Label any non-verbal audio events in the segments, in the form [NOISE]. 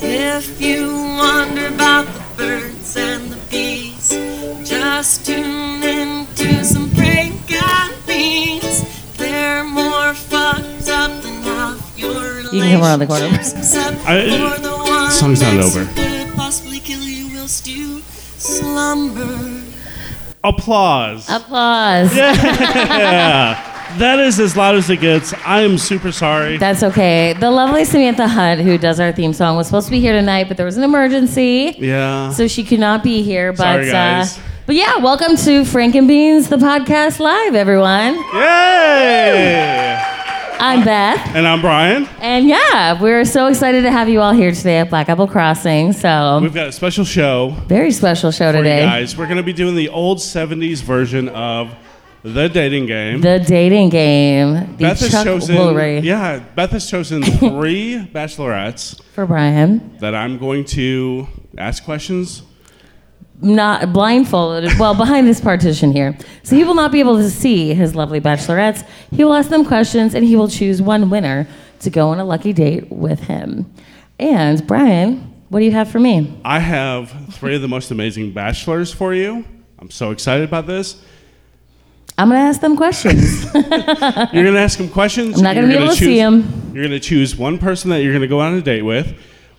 If you wonder about the birds and the bees, just tune in to some prank on beans. They're more fucked up than half your You can come around the corner. relationships, except I- for the one song's not next over. who could Possibly kill you whilst you slumber. Applause. Applause. [LAUGHS] [LAUGHS] That is as loud as it gets. I am super sorry. That's okay. The lovely Samantha Hunt, who does our theme song, was supposed to be here tonight, but there was an emergency, yeah. so she could not be here. But Sorry, guys. Uh, but yeah, welcome to Frank and Beans, the podcast live, everyone. Yay! I'm Beth, And I'm Brian. and yeah, we're so excited to have you all here today at Black Apple Crossing. So We've got a special show very special show for you today. guys. We're going to be doing the old 70s version of The Dating Game. The dating game. The Beth has Chuck chosen, Woolery yeah. Beth has [LAUGHS] chosen three bachelorettes for Brian. that I'm going to ask questions. Not blindfolded, well, behind this partition here. So he will not be able to see his lovely bachelorettes. He will ask them questions and he will choose one winner to go on a lucky date with him. And Brian, what do you have for me? I have three of the most amazing bachelors for you. I'm so excited about this. I'm going to ask them [LAUGHS] questions. You're gonna ask them questions. I'm not gonna You're be able to see 'em. You're gonna choose one person that you're gonna go on a date with.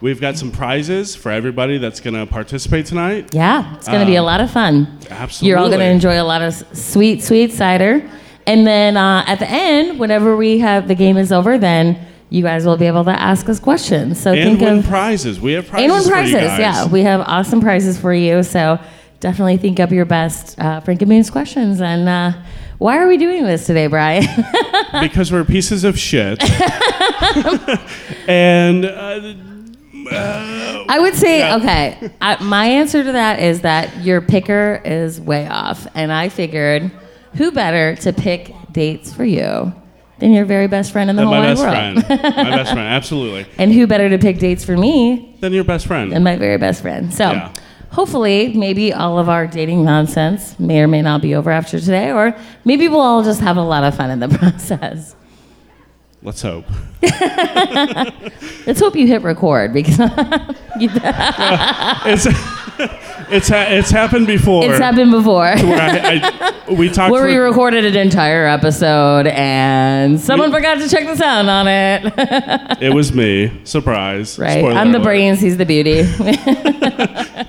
We've got some prizes for everybody that's gonna participate tonight. yeah, it's going to be a Um, lot of fun. Absolutely. You're all going to enjoy a lot of s- sweet, sweet cider. And then uh, at the end, whenever we have the game is over, then you guys will be able to ask us questions. So and think win of prizes. We have prizes. and win for prizes. you guys. Yeah, we have awesome prizes for you. So definitely think up your best uh, Frank and Moon's questions. And uh, why are we doing this today, Brian? [LAUGHS] [LAUGHS] because we're pieces of shit. and uh, I would say okay. I, my answer to that is that your picker is way off, and I figured who better to pick dates for you than your very best friend in the and whole my wide best world. friend. My best friend. Absolutely. [LAUGHS] And who better to pick dates for me Then your best friend. than my very best friend? So Yeah. hopefully, maybe all of our dating nonsense may or may not be over after today, or maybe we'll all just have a lot of fun in the [LAUGHS] [LAUGHS] process. Let's hope. Let's hope you hit record because [LAUGHS] you- It's [LAUGHS] it's ha- it's happened before. it's [LAUGHS] happened before. Where I, I, [LAUGHS] we talked. Where we for- recorded an entire episode and someone We- forgot to check the sound on it. [LAUGHS] [LAUGHS] It was me. Surprise. right. Spoiler I'm the alert. brains, he's the beauty.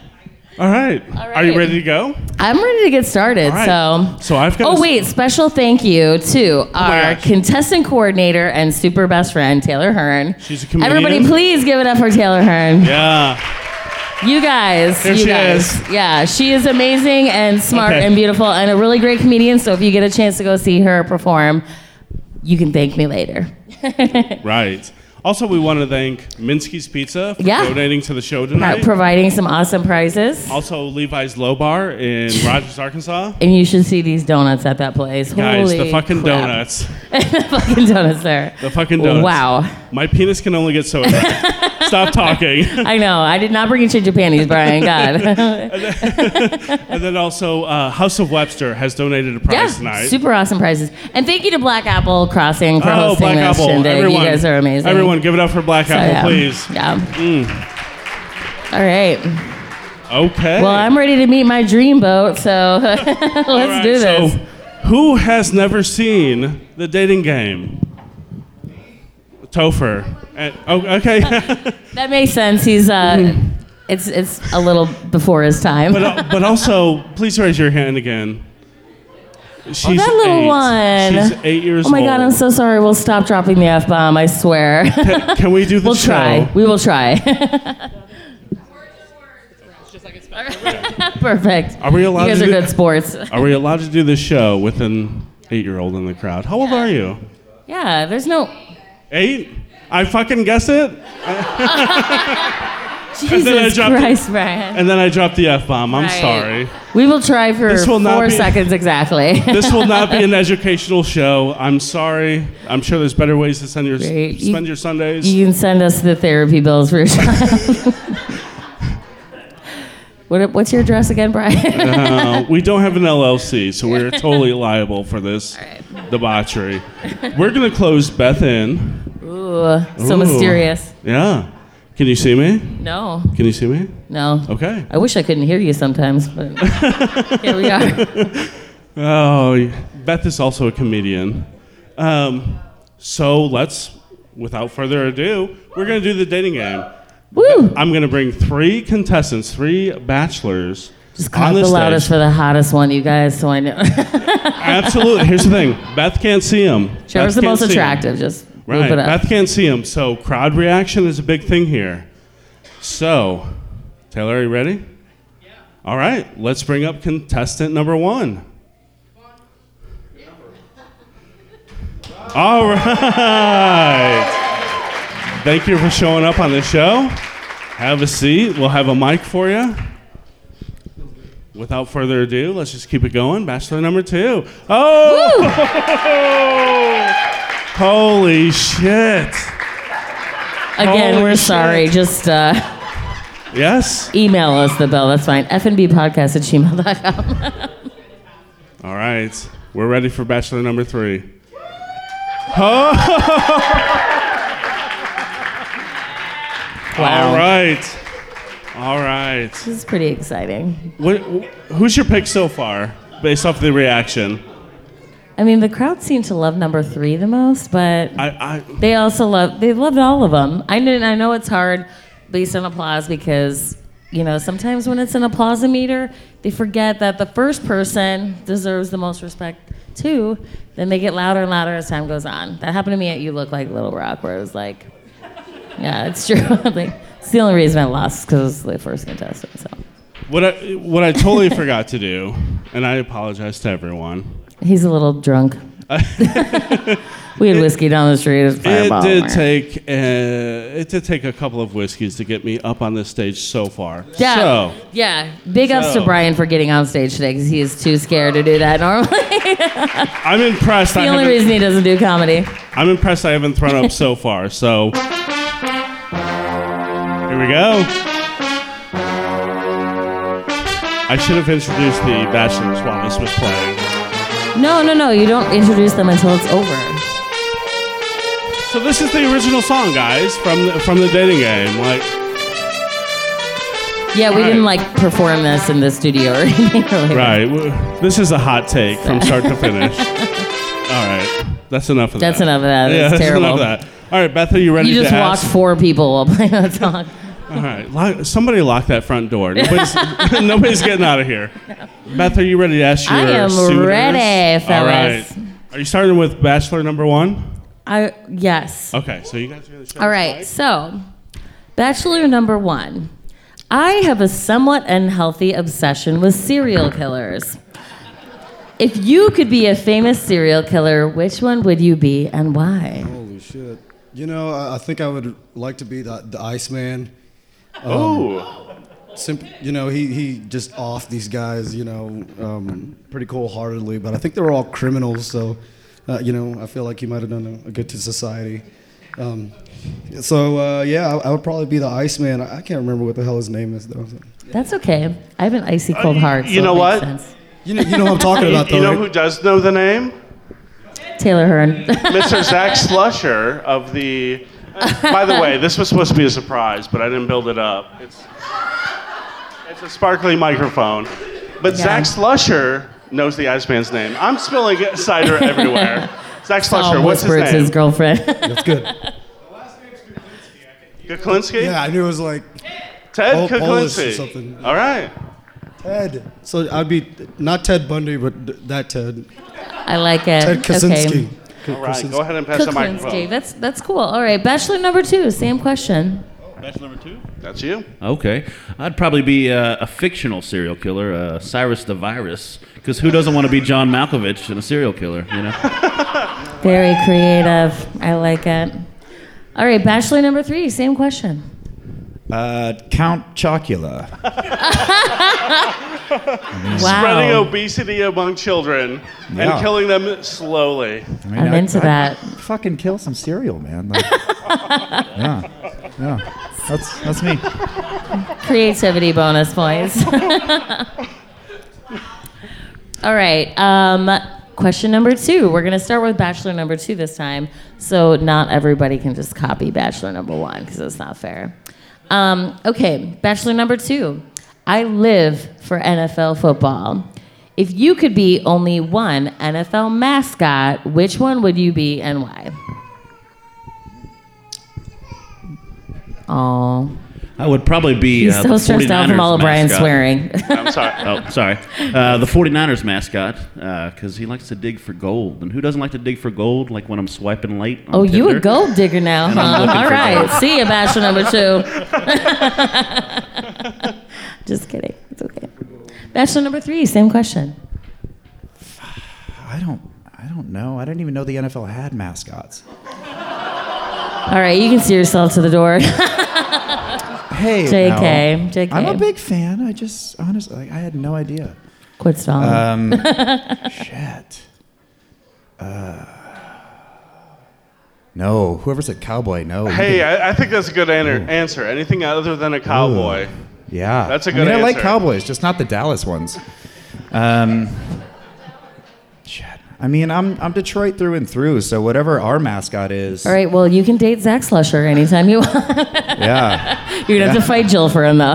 [LAUGHS] All right. Are you right. ready to go? I'm ready to get started. All right. So So I've got. a Oh s- Oh wait, special thank you to my our gosh. contestant coordinator and super best friend Taylor Hearn. She's a comedian. Everybody please give it up for Taylor Hearn. Yeah. You guys, There you she guys. is. Yeah, she is amazing and smart Okay. and beautiful and a really great comedian, so if you get a chance to go see her perform, you can thank me later. [LAUGHS] Right. Also, we want to thank Minsky's Pizza for Yeah. donating to the show About tonight. providing some awesome prizes. also, Levi's Low Bar in [LAUGHS] Rogers, Arkansas. And you should see these donuts at that place. Guys, the Holy fucking crap. donuts. the fucking donuts there. The fucking donuts. Wow. My penis can only [LAUGHS] get so erect. Stop talking. [LAUGHS] I know. I did not bring you change your panties, Brian. [LAUGHS] God. [LAUGHS] and then also, uh, House of Webster has donated a yeah. prize tonight. Super awesome prizes. And thank you to Black Apple Crossing for oh, hosting Black this Apple. shindig. Everyone, you guys are amazing. Everyone, give it up for Black So, Apple, yeah. please. Mm. Yeah. All right. Okay. Well, I'm ready to meet my dream boat, so [LAUGHS] let's All right, do this. So, who has never seen the dating game? Topher. Eh, oh, [LAUGHS] okay. that makes sense. He's uh, it's it's a little before his time. but, uh, but also, please raise your hand again. She's Oh, that little eight. one. She's eight years Oh my old. god, I'm so sorry. We'll stop dropping the F bomb, I swear. [LAUGHS] Can, can we do the we'll show? try. We will try. [LAUGHS] Perfect. Are we allowed You guys to are do- good sports. Are we allowed to do the show with an eight-year-old in the crowd? How old are you? Yeah, there's no Eight? I fucking [LAUGHS] guess it. I Jesus dropped it. Christ, Brian. And then I dropped the f-bomb. I'm Right. sorry. We will try for This will not four be- seconds exactly. this will not [LAUGHS] be an educational show. I'm sorry. I'm sure there's better ways to send your Right. You- spend your Sundays. You can send us the therapy bills for [LAUGHS] your child. what, what's your address again, Brian? Uh, we don't have an LLC, so we're totally liable for this debauchery. We're gonna close Beth in. [LAUGHS] Ooh, so Ooh. mysterious. Yeah, Can you see me? No, Can you see me? no. Okay. I wish I couldn't hear you sometimes, [LAUGHS] but here we are. Oh, Beth is also a comedian. Um, so let's, without further ado, we're going to do the dating game. Woo! I'm going to bring three contestants, three bachelors. Just clap on the this loudest [LAUGHS] for the hottest one, you guys, so I know. [LAUGHS] Absolutely. Here's the thing Beth can't see them. Whoever's the most attractive, just move Right. it up. Beth can't see them. So crowd reaction is a big thing here. So, Taylor, are you ready? Yeah. All right. Let's bring up contestant number one. All right. Thank you for showing up on the show. Have a seat. We'll have a mic for you. Without further ado, let's just keep it going. Bachelor number two. Oh! [LAUGHS] Holy shit. Again, Holy we're shit. sorry. Just uh, Yes. email us the bill. That's fine. FNBpodcast at gmail.com. [LAUGHS] All right. We're ready for bachelor number three. Oh. All right. All right. This is pretty exciting. What, wh- who's your pick so far based off the reaction? I mean, the crowd seemed to love number three the most, but I, I, They also love. They loved all of them. I know. I know it's hard based on applause because you know sometimes when it's an applausometer, they forget that the first person deserves the most respect too. Then they get louder and louder as time goes on. That happened to me at You Look Like Little Rock, where it was like, yeah, it's true. [LAUGHS] like, it's the only reason I lost because it was the first contestant. So what, I, what I [LAUGHS] totally forgot to do, and I apologize to everyone. he's a little [LAUGHS] drunk. [LAUGHS] we had whiskey down the street. It, was It Fireball. did take uh, it did take a couple of whiskeys to get me up on this stage so far. Yeah. So yeah. Big ups to So- Brian for getting on stage today because he is too scared to do that normally. [LAUGHS] I'm impressed. I the only haven't- reason he doesn't do comedy. I'm impressed I haven't thrown up so far, so. Here we go. I should have introduced the bachelors while this was playing. No, no, no. You don't introduce them until it's over. So this is the original song, guys, from the, from the dating game. Like, Yeah, we Right. didn't like perform this in the studio or [LAUGHS] anything. Really. right? w- This is a hot take from start [LAUGHS] to finish. All right, that's enough of That's that. enough of that. Yeah, [LAUGHS] That's that's terrible. enough of that. All right, Beth, are you ready You just to walked ask? four people while playing that song. All right, lock, somebody lock that front door. Nobody's, [LAUGHS] nobody's getting out of here. Beth, are you ready to ask your I am suitors? ready, fellas. All right. Are you starting with bachelor number one? I yes. Okay, so you guys are going to show All right, so Bachelor number one. I have a somewhat unhealthy obsession with serial killers. If you could be a famous serial killer, which one would you be and why? Holy shit. You know, I, I think I would like to be the, the Iceman. Um, Oh, Simp- you know, he, he just off these guys, you know, um, pretty cold heartedly, but I think they were all criminals, so, uh, you know, I feel like he might have done a, a good to society. Um, so, uh, yeah, I, I would probably be the Iceman. I, I can't remember what the hell his name is, though. That's okay. I have an icy cold Uh, heart. you so it know makes what? sense. You know, you know what I'm talking about, though. right? does know the name? Taylor [LAUGHS] Hearn. Mr. Zach [LAUGHS] Slusher of the. By the way, this was supposed to be a surprise, but I didn't build it up. It's, it's a sparkly microphone. But Zach Yeah. Slusher knows the Iceman's name. I'm spilling cider [LAUGHS] everywhere. Zach Slusher, Tom what's his whisper name? to his girlfriend. That's good. Kuklinski? Yeah, I knew it was like Ted Pol- Polish or Kuklinski. something. All right. Ted. So I'd be not Ted Bundy, but th- that Ted. I like it. Ted Kaczynski. Okay. K- All right. Kaczynski. Go ahead and pass the Kuklinski. microphone. That's that's cool. All right, Bachelor number two. Same question. That's you. Okay. I'd probably be uh, a fictional serial killer, uh, Cyrus the Virus, because who doesn't want to be John Malkovich and a serial killer, you know? Very creative. I like it. All right, bachelor number three, same question. Uh, Count Chocula. Wow. Spreading obesity among children and Yeah. killing them slowly. I mean, I'm I- into I'd that. Fucking kill some cereal, man. [LAUGHS] Like, yeah, yeah. That's that's me. Creativity bonus points. [LAUGHS] All right. Um, question number two. We're going to start with bachelor number two this time. So not everybody can just copy bachelor number one because it's not fair. Um, okay, bachelor number two. I live for NFL football. If you could be only one NFL mascot, which one would you be and why? Oh, I would probably be. he's uh, so the stressed out from 49ers all of Brian mascot. swearing. I'm sorry. Oh, sorry. Uh, the 49ers mascot, because he likes to dig for gold. And who doesn't like to dig for gold like when I'm swiping late? on Oh, you a Tinder? gold digger now, And I'm huh? looking All for right. gold. See you, bachelor number [LAUGHS] two. [LAUGHS] Just kidding. It's okay. Bachelor number three, same question. I don't. I don't know. I didn't even know the NFL had mascots. All right, you can see yourself to the door. [LAUGHS] Hey, JK, no. JK. I'm a big fan. I just honestly, like, I had no idea. Quit stalling. Um, [LAUGHS] shit. Uh, no, whoever said cowboy, no. you Hey, can- I, I think that's a good an- answer. Anything other than a cowboy. yeah, that's a I, good mean, I like answer. cowboys, just not the Dallas ones. Um, shit. I mean, I'm I'm Detroit through and through, so whatever our mascot is, All right, well, you can date Zach Slusher anytime you [LAUGHS] want. yeah, [LAUGHS] You're going to have to fight Jill for him, though. [LAUGHS]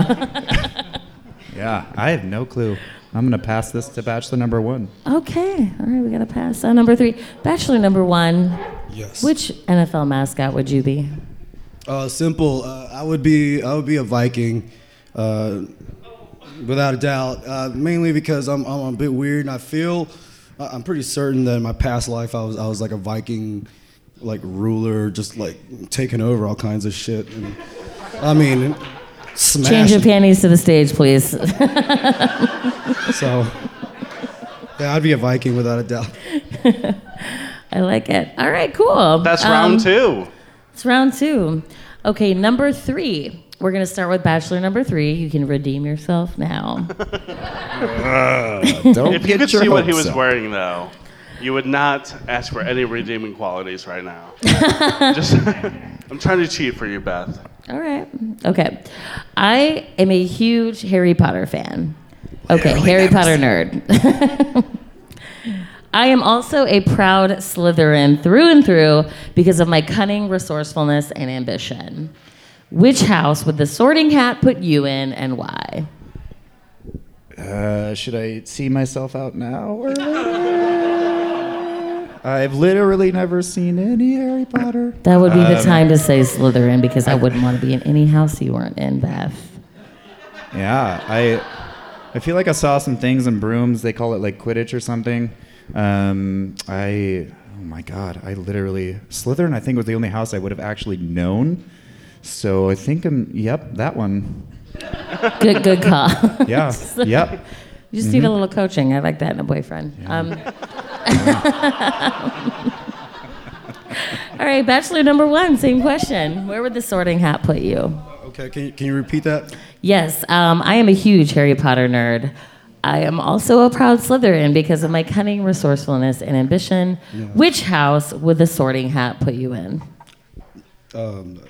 yeah. I have no clue. I'm gonna pass this to Bachelor number one. okay, all right, we got to pass. Uh, number three, bachelor number one. Yes. Which NFL mascot would you be? Uh, simple. Uh, I would be I would be a Viking, uh, without a doubt. Uh, mainly because I'm I'm a bit weird, and I feel I- I'm pretty certain that in my past life I was I was like a Viking, like ruler, just like taking over all kinds of shit. And, I mean, Change your smashing. panties to the stage, please. [LAUGHS] So yeah, I'd be a Viking without a doubt. I like it. All right, cool. That's Um, round two. It's round two. Okay, number three. We're gonna start with bachelor number three. You can redeem [LAUGHS] yourself now. Uh, Ah, Don't If you get could your see what he hopes was up. wearing, though, you would not ask for any redeeming qualities right [LAUGHS] now. Just, [LAUGHS] I'm trying to cheat for you, Beth. All right. Okay. I am a huge Harry Potter fan. Okay, Harry Potter nerd. [LAUGHS] I am also a proud Slytherin through and through because of my cunning, resourcefulness, and ambition. Which house would the sorting hat put you in and why? Uh, should I see myself out now [LAUGHS] or later? I've literally never seen any Harry Potter. That would be Um, the time to say Slytherin because I wouldn't want to be in any house you weren't in, Beth. Yeah, I I feel like I saw some things in Brooms. They call it like Quidditch or something. Um, I oh my god, I literally Slytherin. I think was the only house I would have actually known. So I think I'm yep that one. Good, good call. [LAUGHS] [LAUGHS] Yeah, yep. Mm-hmm. You just need a little coaching. I like that in a boyfriend. Um, [LAUGHS] all right, bachelor number one, same question. Where would the sorting hat put you? Okay, can you, can you repeat that? Yes, um, I am a huge Harry Potter nerd. I am also a proud Slytherin because of my cunning, resourcefulness, and ambition. Which house would the sorting hat put you in? Um,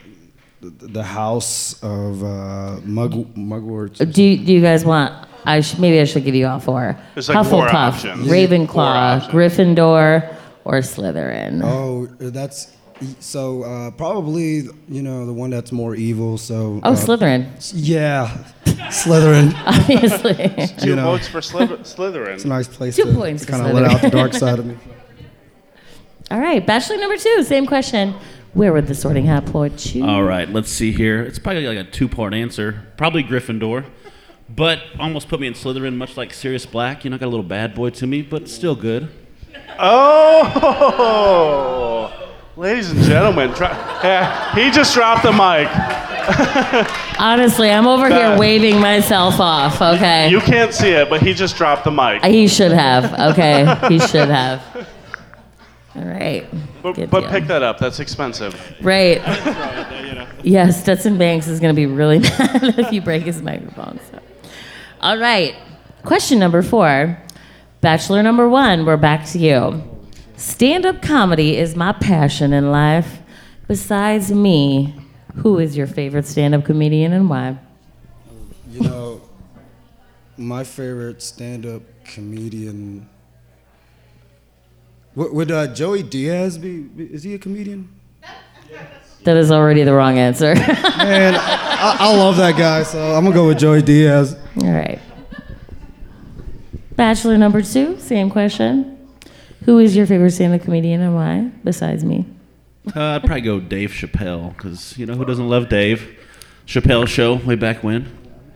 The house of uh, Mug Mugworts. Do you, do you guys want? I sh- maybe I should give you all four. There's like four options. Four Ravenclaw, options. Gryffindor, or Slytherin. Oh, that's so uh, probably you know the one that's more evil. So Oh, uh, Slytherin, Yeah, Slytherin. [LAUGHS] obviously. Two [LAUGHS] You know. votes for Slyther- It's a Slytherin. nice place Two to, points for kind of let Slytherin. [LAUGHS] out the dark side of me. all right, bachelor number two. Same question. Where would the sorting hat put Oh. you? All right, let's see here. It's probably like a two part answer. Probably Gryffindor, but almost put me in Slytherin, much like Sirius Black. You know, I got a little bad boy to me, but still good. Oh, ladies and gentlemen, dro- yeah, [LAUGHS] he just dropped the mic. Honestly, I'm over here Bad. waving myself off. Okay. You can't see it, but he just dropped the mic. he should have. Okay. he should have. All right. But, Good but deal. pick that up. That's expensive. [LAUGHS] Right. Yes, Stetson Banks is going to be really [LAUGHS] mad if you break his microphone. So. All right. Question number four. Bachelor number one, we're back to you. Stand up comedy is my passion in life. Besides me, who is your favorite stand up comedian and why? You know, my favorite stand-up comedian. Would, would uh, Joey Diaz be? Is he a comedian? That is already the wrong answer. [LAUGHS] Man, I, I love that guy, so I'm gonna go with Joey Diaz. All right. Bachelor number two, same question. Who is your favorite stand-up comedian and why, besides me? Uh, I'd probably go Dave Chappelle because you know who doesn't love Dave Chappelle show way back when.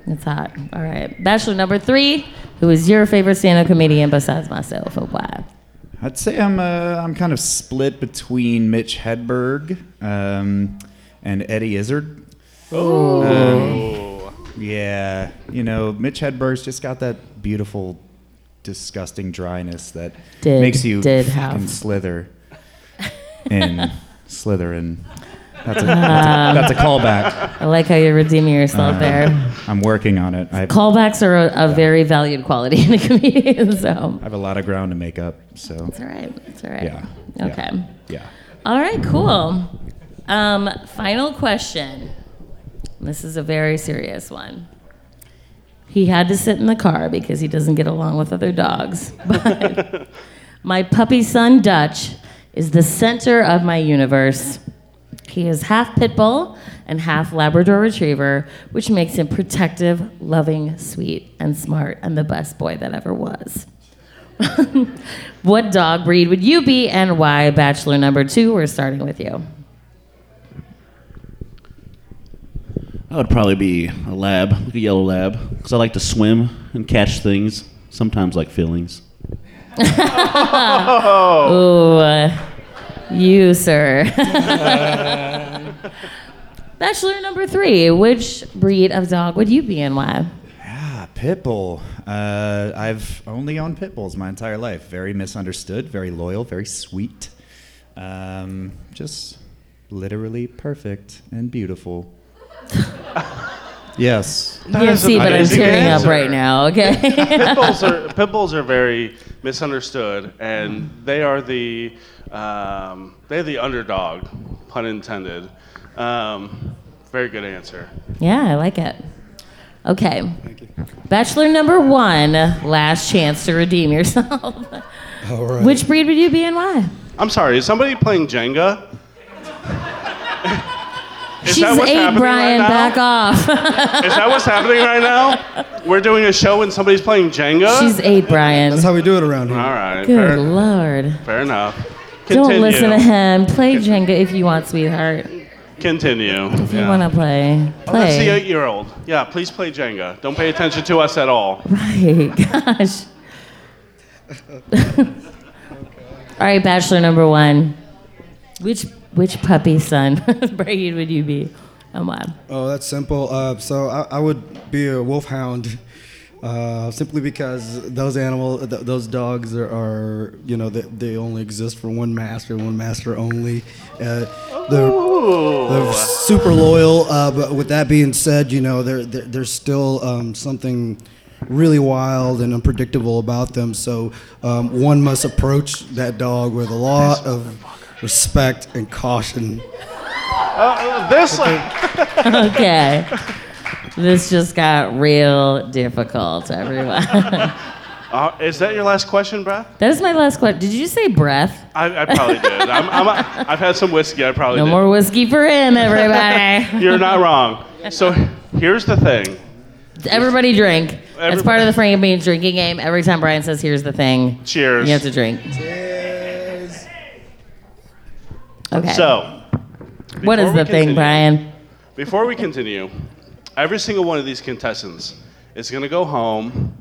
That's hot. All right. Bachelor number three, who is your favorite stand-up comedian besides myself Oh, and why? I'd say I'm uh, I'm kind of split between Mitch Hedberg um, and Eddie Izzard. Oh. yeah, you know, Mitch Hedberg's just got that beautiful, disgusting dryness that Did- makes you did fucking have. [LAUGHS] slither and slither and. That's a, that's, a, that's a callback. Um, I like how you're redeeming Um, yourself there. I'm working on it. I have, Callbacks are a, a very valued quality in a comedian, [LAUGHS] so I have a lot of ground to make up. So, it's all right. It's all right. yeah. yeah, Okay. Yeah. All right, cool. Um, final question. This is a very serious one. He had to sit in the car because he doesn't get along with other dogs. [LAUGHS] But my puppy son, Dutch, is the center of my universe. He is half pit bull and half Labrador retriever, which makes him protective, loving, sweet, and smart, and the best boy that ever was. [LAUGHS] what dog breed would you be and why? Bachelor number two, we're starting with you. I would probably be a lab, like a yellow lab, because I like to swim and catch things, sometimes like feelings. Oh. Ooh, uh, you, sir. [LAUGHS] Bachelor number three, which breed of dog would you be and why? Ah, Pitbull. Uh, I've only owned Pitbulls my entire life. Very misunderstood, very loyal, very sweet. Um, just literally perfect and beautiful. [LAUGHS] yes. You can't is see, an but I'm amazing tearing up answer. right now, okay? pit bulls [LAUGHS] are pit bulls are very misunderstood, and they are the um, they're the underdog, pun intended. Um, very good answer. yeah, I like it. Okay. Bachelor number one, last chance to redeem yourself. All right. which breed would you be and why? I'm sorry. Is somebody playing Jenga? Is She's that what's eight, happening Brian, right now? back off. [LAUGHS] Is that what's happening right now? We're doing a show and somebody's playing Jenga. She's eight, Brian. That's how we do it around All here. right. Good Fair, lord. fair enough. Continue. Don't listen to him. Play Jenga if you want, sweetheart. If Continue. you Yeah. Oh, want to play, That's the [LAUGHS] play. eight-year-old. Yeah, please play Jenga. Don't pay attention to us at all. right. Gosh. [LAUGHS] All right, bachelor number one. Which which puppy son [LAUGHS] breed would you be? And why? Oh, that's simple. Uh, so I, I would be a wolfhound, uh, simply because those animals, th- those dogs are, are, you know, they, they only exist for one master, one master only. Uh, they're, they're super loyal. Uh, but with that being said, you know, there there- there's still um, something really wild and unpredictable about them. So um, one must approach that dog with a lot of respect and caution. Uh, This Okay. this just got real [LAUGHS] difficult, everyone. [LAUGHS] Uh, is that your last question, Brad? that is my last question. Did you say breath? I, I probably did. I'm, I'm, I've had some whiskey. I probably No did. more whiskey for him, [LAUGHS] everybody. You're not wrong. So here's the thing. Everybody drink. That's Every- part of the Frank and Beans drinking game. Every time Brian says, "Here's the thing," Cheers. you have to drink. Okay. So, what before is we the thing, continue- Brian? Before we continue, every single one of these contestants is going to go home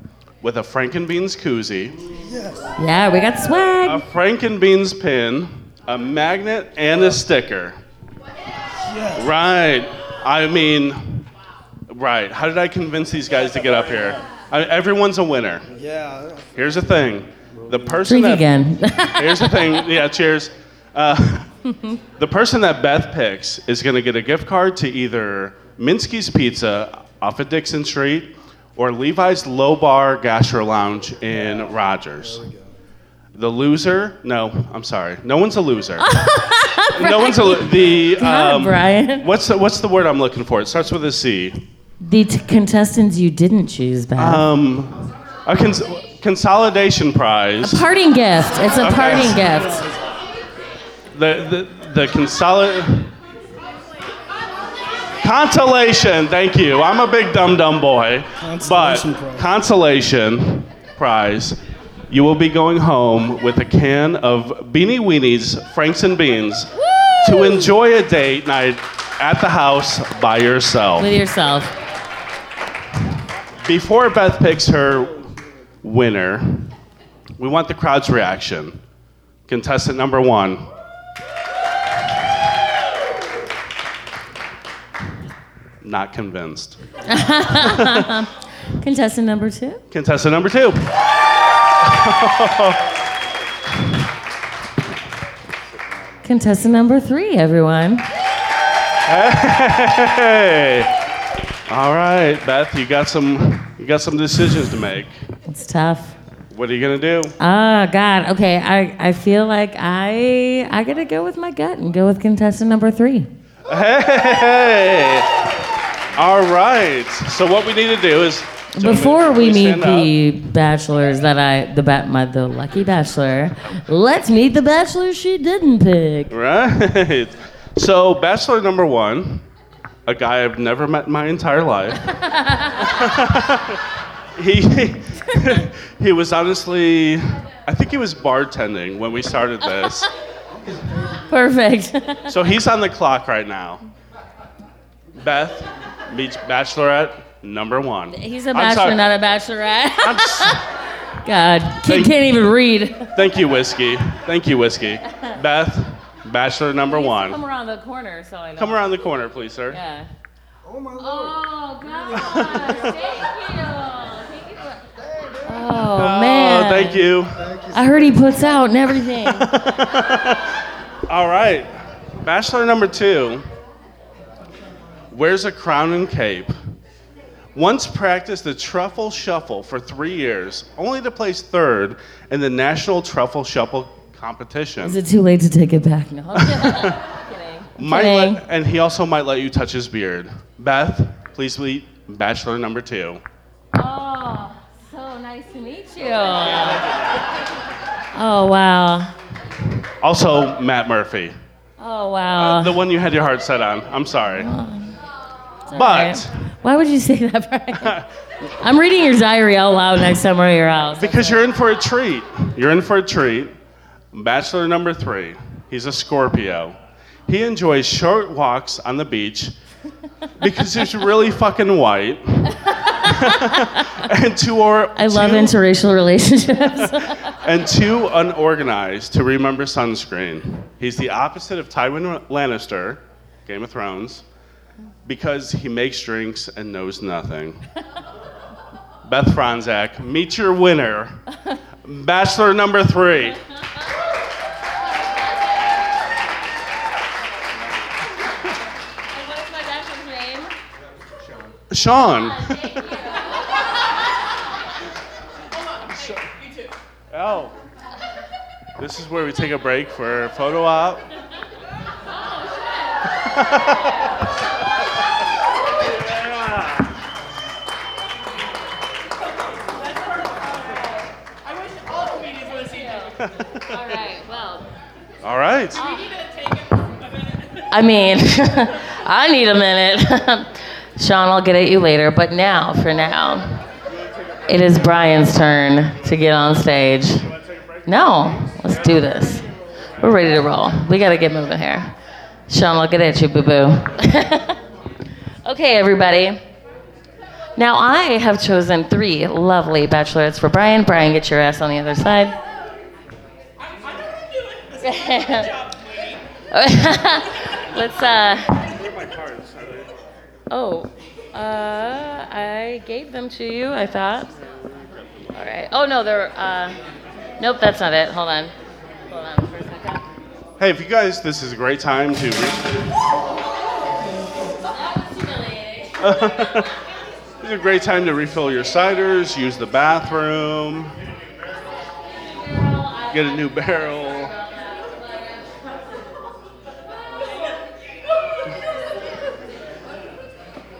with a Frankenbeans koozie, Yeah, we got swag. a Frankenbeans pin, a magnet, and a sticker. Right. I mean, right. How did I convince these guys to get up here? I, everyone's a winner. Yeah. Here's the thing. The person drink that again. Here's the thing. Yeah, cheers. Uh, [LAUGHS] the person that Beth picks is going to get a gift card to either Minsky's Pizza off of Dixon Street or Levi's Low Bar Gastro Lounge in Rogers. The loser? No, I'm sorry. No one's a loser. no one's a lo- the God, um, Brian. What's the, what's the word I'm looking for? It starts with a C. the t- contestants you didn't choose, Beth. Um, a cons- consolidation prize. parting gift. It's a [LAUGHS] Okay. parting gift. The the the consolid Consolation, thank you. I'm a big dumb dumb boy. Consolation but prize. consolation prize. You will be going home with a can of Beanie Weenies, Franks and Beans, to enjoy a date night at the house by yourself. With yourself. [LAUGHS] Before Beth picks her winner, we want the crowd's reaction. Contestant number one. Not convinced. Contestant number two. Contestant number two. [LAUGHS] Contestant number three, everyone. Hey. All right, Beth, you got some you got some decisions to make. It's tough. What are you gonna do? Oh God. Okay. I, I feel like I I gotta go with my gut and go with contestant number three. Hey. All right. So what we need to do is gentlemen, Before can we meet stand up? the bachelors that I the bat my the lucky bachelor, let's meet the bachelor she didn't pick. Right. So, bachelor number one, a guy I've never met in my entire life. he [LAUGHS] he was honestly, I think he was bartending when we started this. Perfect. So he's on the clock right now. Beth meets bachelorette number one. He's a I'm bachelor, sorry. not a bachelorette. I'm s- God, kid Thank- can't even read. Thank you, whiskey. Thank you, whiskey. Beth, bachelor number Come one. around the corner, so I know. Come around the corner, please, sir. Yeah. Oh my lord. Oh God! Thank you. Oh man. Oh, thank you. I heard he puts out and [LAUGHS] everything. All right. Bachelor number two wears a crown and cape. Once practiced the truffle shuffle for three years, only to place third in the national truffle shuffle competition. Is it too late to take it back? No. I'm kidding. I'm might kidding. let, and he also might let you touch his beard. Beth, please meet Bachelor number two. [LAUGHS] Oh, so nice to meet you. Oh wow. Also, Matt Murphy, Uh, Oh wow. Oh. the one you had your heart set on. I'm sorry. It's all but- why would you say [LAUGHS] that? Brian? I'm reading your diary out loud next time we're at your house. Because you're in for a treat. You're in for a treat. Bachelor number three. He's a Scorpio. He enjoys short walks on the beach because he's really fucking white. [LAUGHS] and too or I love too, interracial relationships. and too unorganized to remember sunscreen. He's the opposite of Tywin Lannister, Game of Thrones, because he makes drinks and knows [LAUGHS] nothing. Beth Franzak, meet your winner, Bachelor number three. What's my bachelor's name? Sean. Oh. This is where we take a break for photo op. [LAUGHS] I wish all comedians would have seen that. All right. Well. All right. I mean, [LAUGHS] I need a minute. [LAUGHS] Sean, I'll get at you later, but now, for now, it is Brian's turn to get on stage. No, let's do this. We're ready to roll. We gotta get moving here. Sean, I'll get at you, boo boo. [LAUGHS] okay, everybody. Now I have chosen three lovely bachelorettes for Brian. Brian, get your ass on the other side. [LAUGHS] Let's uh. Oh, uh, I gave them to you. I thought. All right. Oh no, they're. Uh, nope, that's not it. Hold on. Hold on for a second. Hey, if you guys, this is a great time to. Re- [LAUGHS] this is a great time to refill your ciders, use the bathroom, get a new barrel.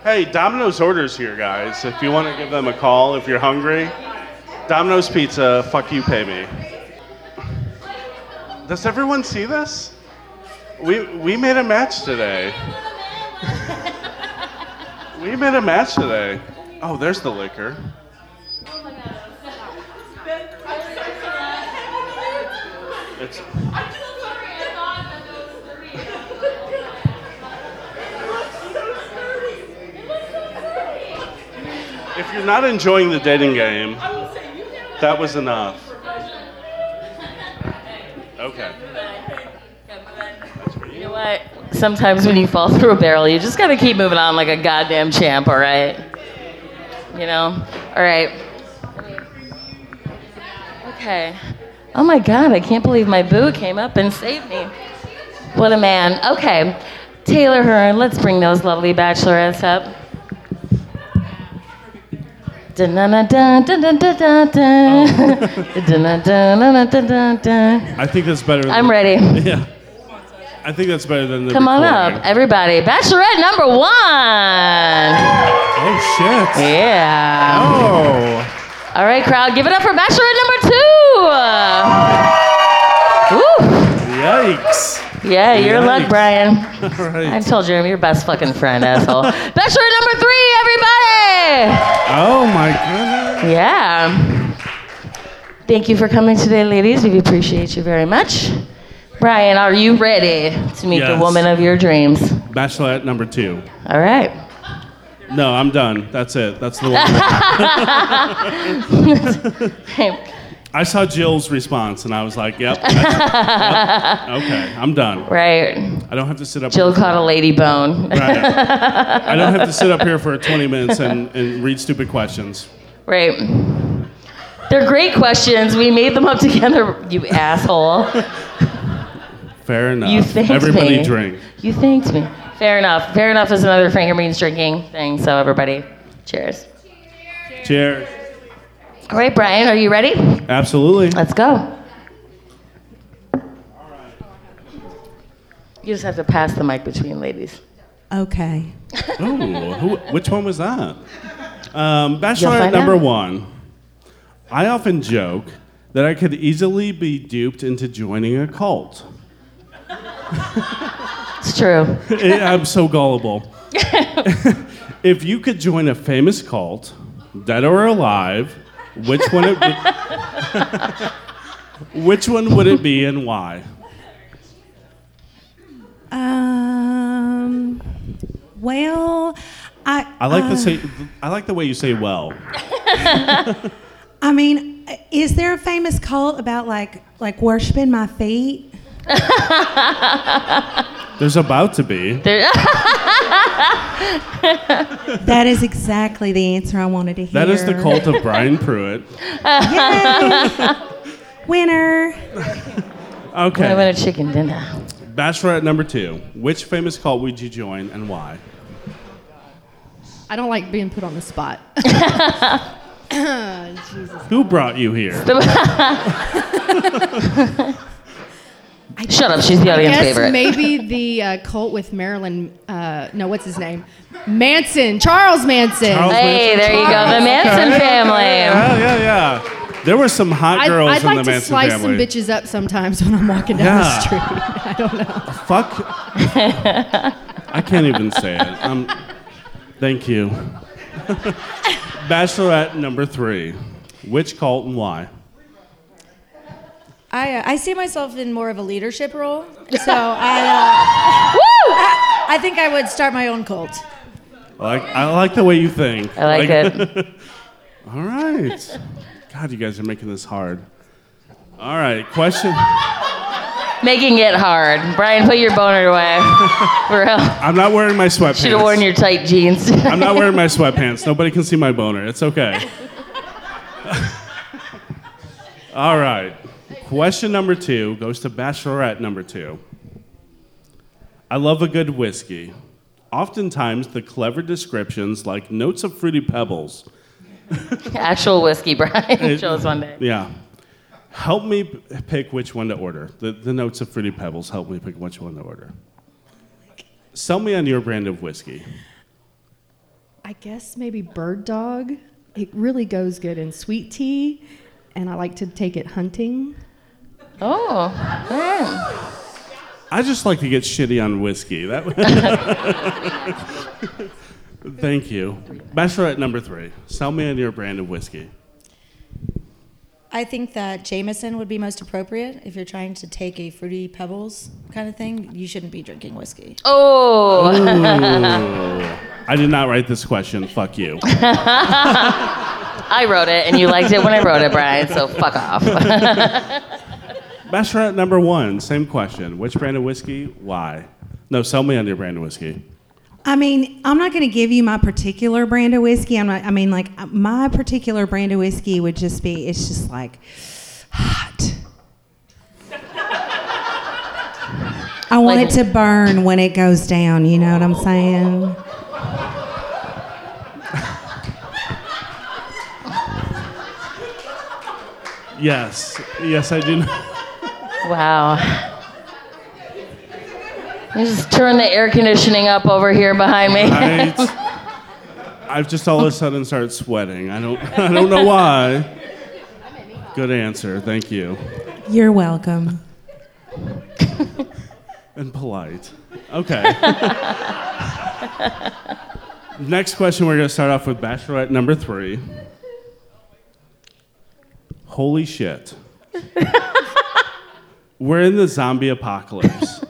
Hey, Domino's orders here, guys. If you want to give them a call, if you're hungry, Domino's Pizza, fuck you, pay me. Does everyone see this? We we made a match today. We made a match today. Oh, there's the liquor. It's, if you're not enjoying the dating game, that was enough. Okay. You know what? Sometimes when you fall through a barrel, you just gotta keep moving on like a goddamn champ, all right? You know? All right. Okay. Oh my god, I can't believe my boo came up and saved me. What a man. Okay. Taylor Hearn, let's bring those lovely bachelorettes [LAUGHS] up. Dun-dun-dun-dun, dun-dun-dun-dun-dun. Dun-dun-dun-dun-dun-dun-dun. I think that's better. Than I'm ready. [LAUGHS] Yeah. I think that's better than the. Come on recording. up, everybody. Bachelorette number one. Oh shit. Yeah. Oh. All right, crowd, give it up for Bachelorette number two. Woo. Yikes. Yeah, your Nice. luck, Brian. All I [LAUGHS] right. told Jeremy, you're your best fucking friend, asshole. Bachelorette number three, everybody. [LAUGHS] [LAUGHS] Oh my goodness. Yeah. Thank you for coming today, ladies. We appreciate you very much. Brian, are you ready to meet the Yes. woman of your dreams? Bachelorette number two. All right. No, I'm done. That's it. That's the [LAUGHS] one. Hey, [LAUGHS] I saw Jill's response and I was like, yep. that's- [LAUGHS] yep, Okay, I'm done. Right. I don't have to sit up. Jill caught a lady bone. Right. I don't have to sit up here for 20 minutes and, and read stupid questions. [LAUGHS] Right. They're great questions. We made them up together, you asshole. Fair enough. You thanked Everybody me. drink. You thanked me. Fair enough. Fair enough is another finger means drinking thing. So everybody, cheers. Cheers. All right, Brian, are you ready? Absolutely. Let's go. You just have to pass the mic between ladies. [LAUGHS] Okay. Ooh, who, which one was that? Um, find bachelorette number out. one. I often joke that I could easily be duped into joining a cult. [LAUGHS] It's true. I- I'm so [LAUGHS] gullible. if you could join a famous cult, dead or alive, which one it be, [LAUGHS] which one would it be and why? Um. Well, I. I like the uh, say, I like the way you say well. I mean, is there a famous cult about like like worshiping my feet? There's about to be. That is exactly the answer I wanted to hear. That is the cult of Brian [LAUGHS] Pruitt. Yay. Winner. I Okay. want a chicken dinner. Bachelorette number two. Which famous cult would you join and why? I don't like being put on the [LAUGHS] spot. Jesus. Who brought you here? Shut up. She's the I audience guess favorite. maybe the uh, cult with Marilyn. Uh, no, what's his name? Manson, Charles Manson. Charles- hey, there you go. The Manson family. Yeah, yeah, yeah. There were some hot I'd, girls I'd in like the to Manson slice family. some bitches up sometimes when I'm walking down Yeah. the street. [LAUGHS] I don't know. Fuck. [LAUGHS] I can't even say it. Um, thank [LAUGHS] you. Bachelorette number three. Which cult and why? I, uh, I see myself in more of a [LAUGHS] leadership role, so I, uh, Woo! I think I would start my own cult. I like, I like the way you think. I like it. [LAUGHS] All right. God, you guys are making this hard. All right. Question. Making it hard. Brian, put your boner [LAUGHS] away. For real. I'm not wearing my sweatpants. Should have worn your tight [LAUGHS] jeans. I'm not wearing my sweatpants. Nobody can see my boner. It's okay. [LAUGHS] All right. Question number two goes to Bachelorette number two. I love a good whiskey. Oftentimes, the clever descriptions, like notes of fruity pebbles, Actual whiskey, Brian. It- Show us one day. [LAUGHS] yeah, help me p- pick which one to order. The, the notes of fruity pebbles help me pick which one to order. Sell me on your brand of whiskey. I guess maybe bird dog. It really goes good in sweet tea, and I like to take it hunting. Oh. alright. I just like to get shitty on whiskey. That [LAUGHS] Thank you. Bachelorette number three. Sell me on your brand of whiskey. I think that Jameson would be most appropriate if you're trying to take a fruity pebbles kind of thing. You shouldn't be drinking whiskey. Oh. I did not write this question. Fuck you. I wrote it, and you liked it when I wrote it, Brian. So fuck [LAUGHS] off. Bachelorette number one. Same question. Which brand of whiskey? Why? No, sell me on your brand of whiskey. I mean, I'm not going to give you my particular brand of whiskey. I'm not. I mean, like uh, my particular brand of whiskey would just be. It's just like hot. I want Like- it to burn when it goes down. You know what I'm saying? Yes. Yes, I do. wow. You just turn the air conditioning up over here behind me. [LAUGHS] Right. I've just all of a sudden started sweating. I don't. [LAUGHS] I don't know why. Good answer. Thank you. You're welcome. And polite. Okay. [LAUGHS] Next question, we're going to start off with Bachelorette number three. Holy shit. we're in the zombie apocalypse.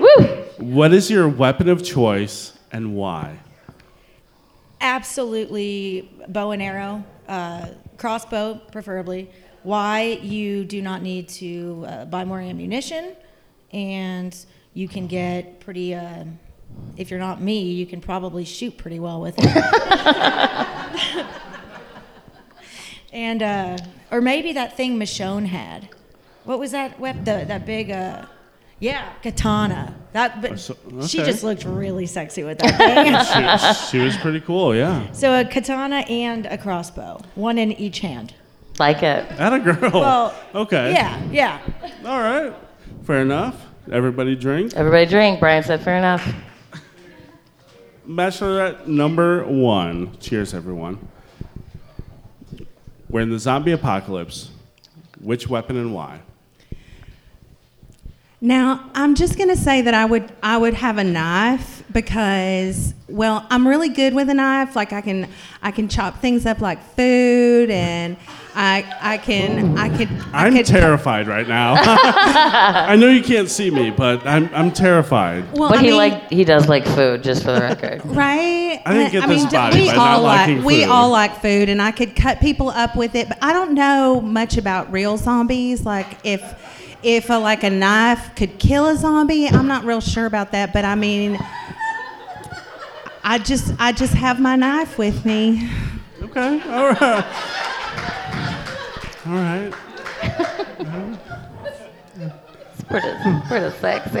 Woo! What is your weapon of choice and why? Absolutely, bow and arrow, uh, crossbow, preferably. Why you do not need to uh, buy more ammunition, and you can get pretty. Uh, if you're not me, you can probably shoot pretty well with it. [LAUGHS] and uh, or maybe that thing Michonne had. What was that weapon? The, that big. Uh, yeah, katana. That, but she Oh, okay. just looked really sexy with that thing. [LAUGHS] she, she was pretty cool, yeah. So a katana and a crossbow, one in each hand. Like it. That a girl. Well, [LAUGHS] okay. Yeah, yeah. All right. Fair enough. Everybody drink. Everybody drink. Brian said, fair enough. Bachelorette number one. Cheers, everyone. We're in the zombie apocalypse. Which weapon and why? Now, I'm just going to say that I would I would have a knife because well, I'm really good with a knife. Like I can I can chop things up like food and I I can I could I'm terrified right now. [LAUGHS] I know you can't see me, but I'm, I'm terrified. Well, but I he mean- like he does like food, just for the record. Right? I didn't get this d- body we by not all like liking we food. all like food, and I could cut people up with it. But I don't know much about real zombies. Like if if a, like a knife could kill a zombie, I'm not real sure about that. But I mean, I just I just have my knife with me. Okay. All right. All right. It's pretty, pretty [LAUGHS] sexy. [LAUGHS]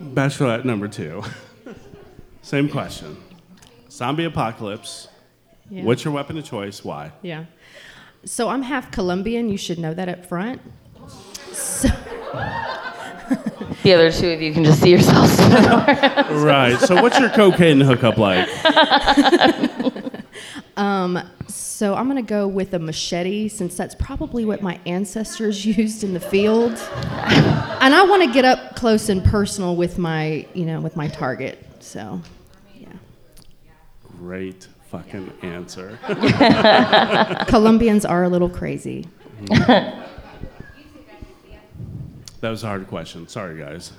Bachelorette number two. [LAUGHS] Same question. Zombie apocalypse. Yeah. What's your weapon of choice? Why? Yeah. So I'm half Colombian. You should know that up front. So, the other two of you can just see yourselves. through the door. [LAUGHS] Right. So, what's your [LAUGHS] cocaine hookup like? um, so I'm gonna go with a machete since that's probably what my ancestors [LAUGHS] used in the field, and I want to get up close and personal with my, you know, with my target. So, yeah. Great fucking [LAUGHS] answer. Colombians are a little crazy. That was a hard question. Sorry, guys.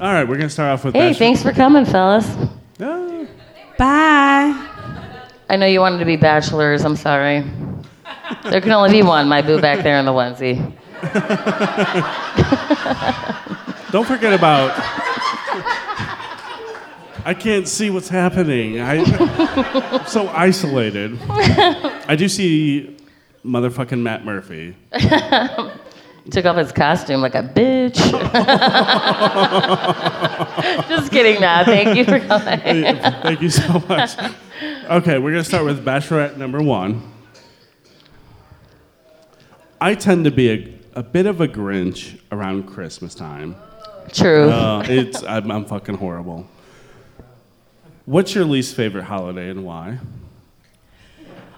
All right, we're gonna start off with. hey, bachelor- thanks for coming, fellas. Yeah. Bye. I know you wanted to be bachelors. I'm sorry. There can only be one. My boo back there in the onesie. [LAUGHS] Don't forget about. I can't see what's happening. I, I'm so isolated. I do see motherfucking Matt [LAUGHS] Murphy. Took off his costume like a bitch. just kidding, nah. Thank you [LAUGHS] for coming. Thank you so much. Okay, we're gonna start with Bachelorette number one. I tend to be a, a bit of a Grinch around Christmas time. True. Uh, it's I'm, I'm fucking horrible. What's your least favorite holiday and why?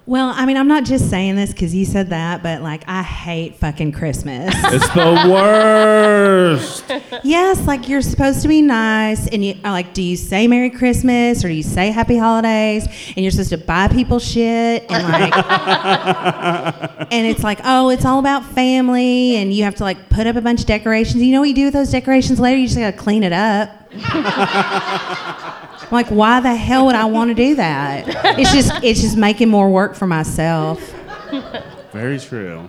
Well, I mean, I'm not just saying this because you said that, but like, I hate fucking Christmas. It's the worst. yes, like you're supposed to be nice, and you like, do you say Merry Christmas or do you say Happy Holidays? And you're supposed to buy people shit, and like, and it's like, oh, it's all about family, and you have to like put up a bunch of decorations. You know what you do with those decorations later? You just gotta clean it up. I'm like, why the hell would I want to do that? It's just, it's just making more work for myself. Very true.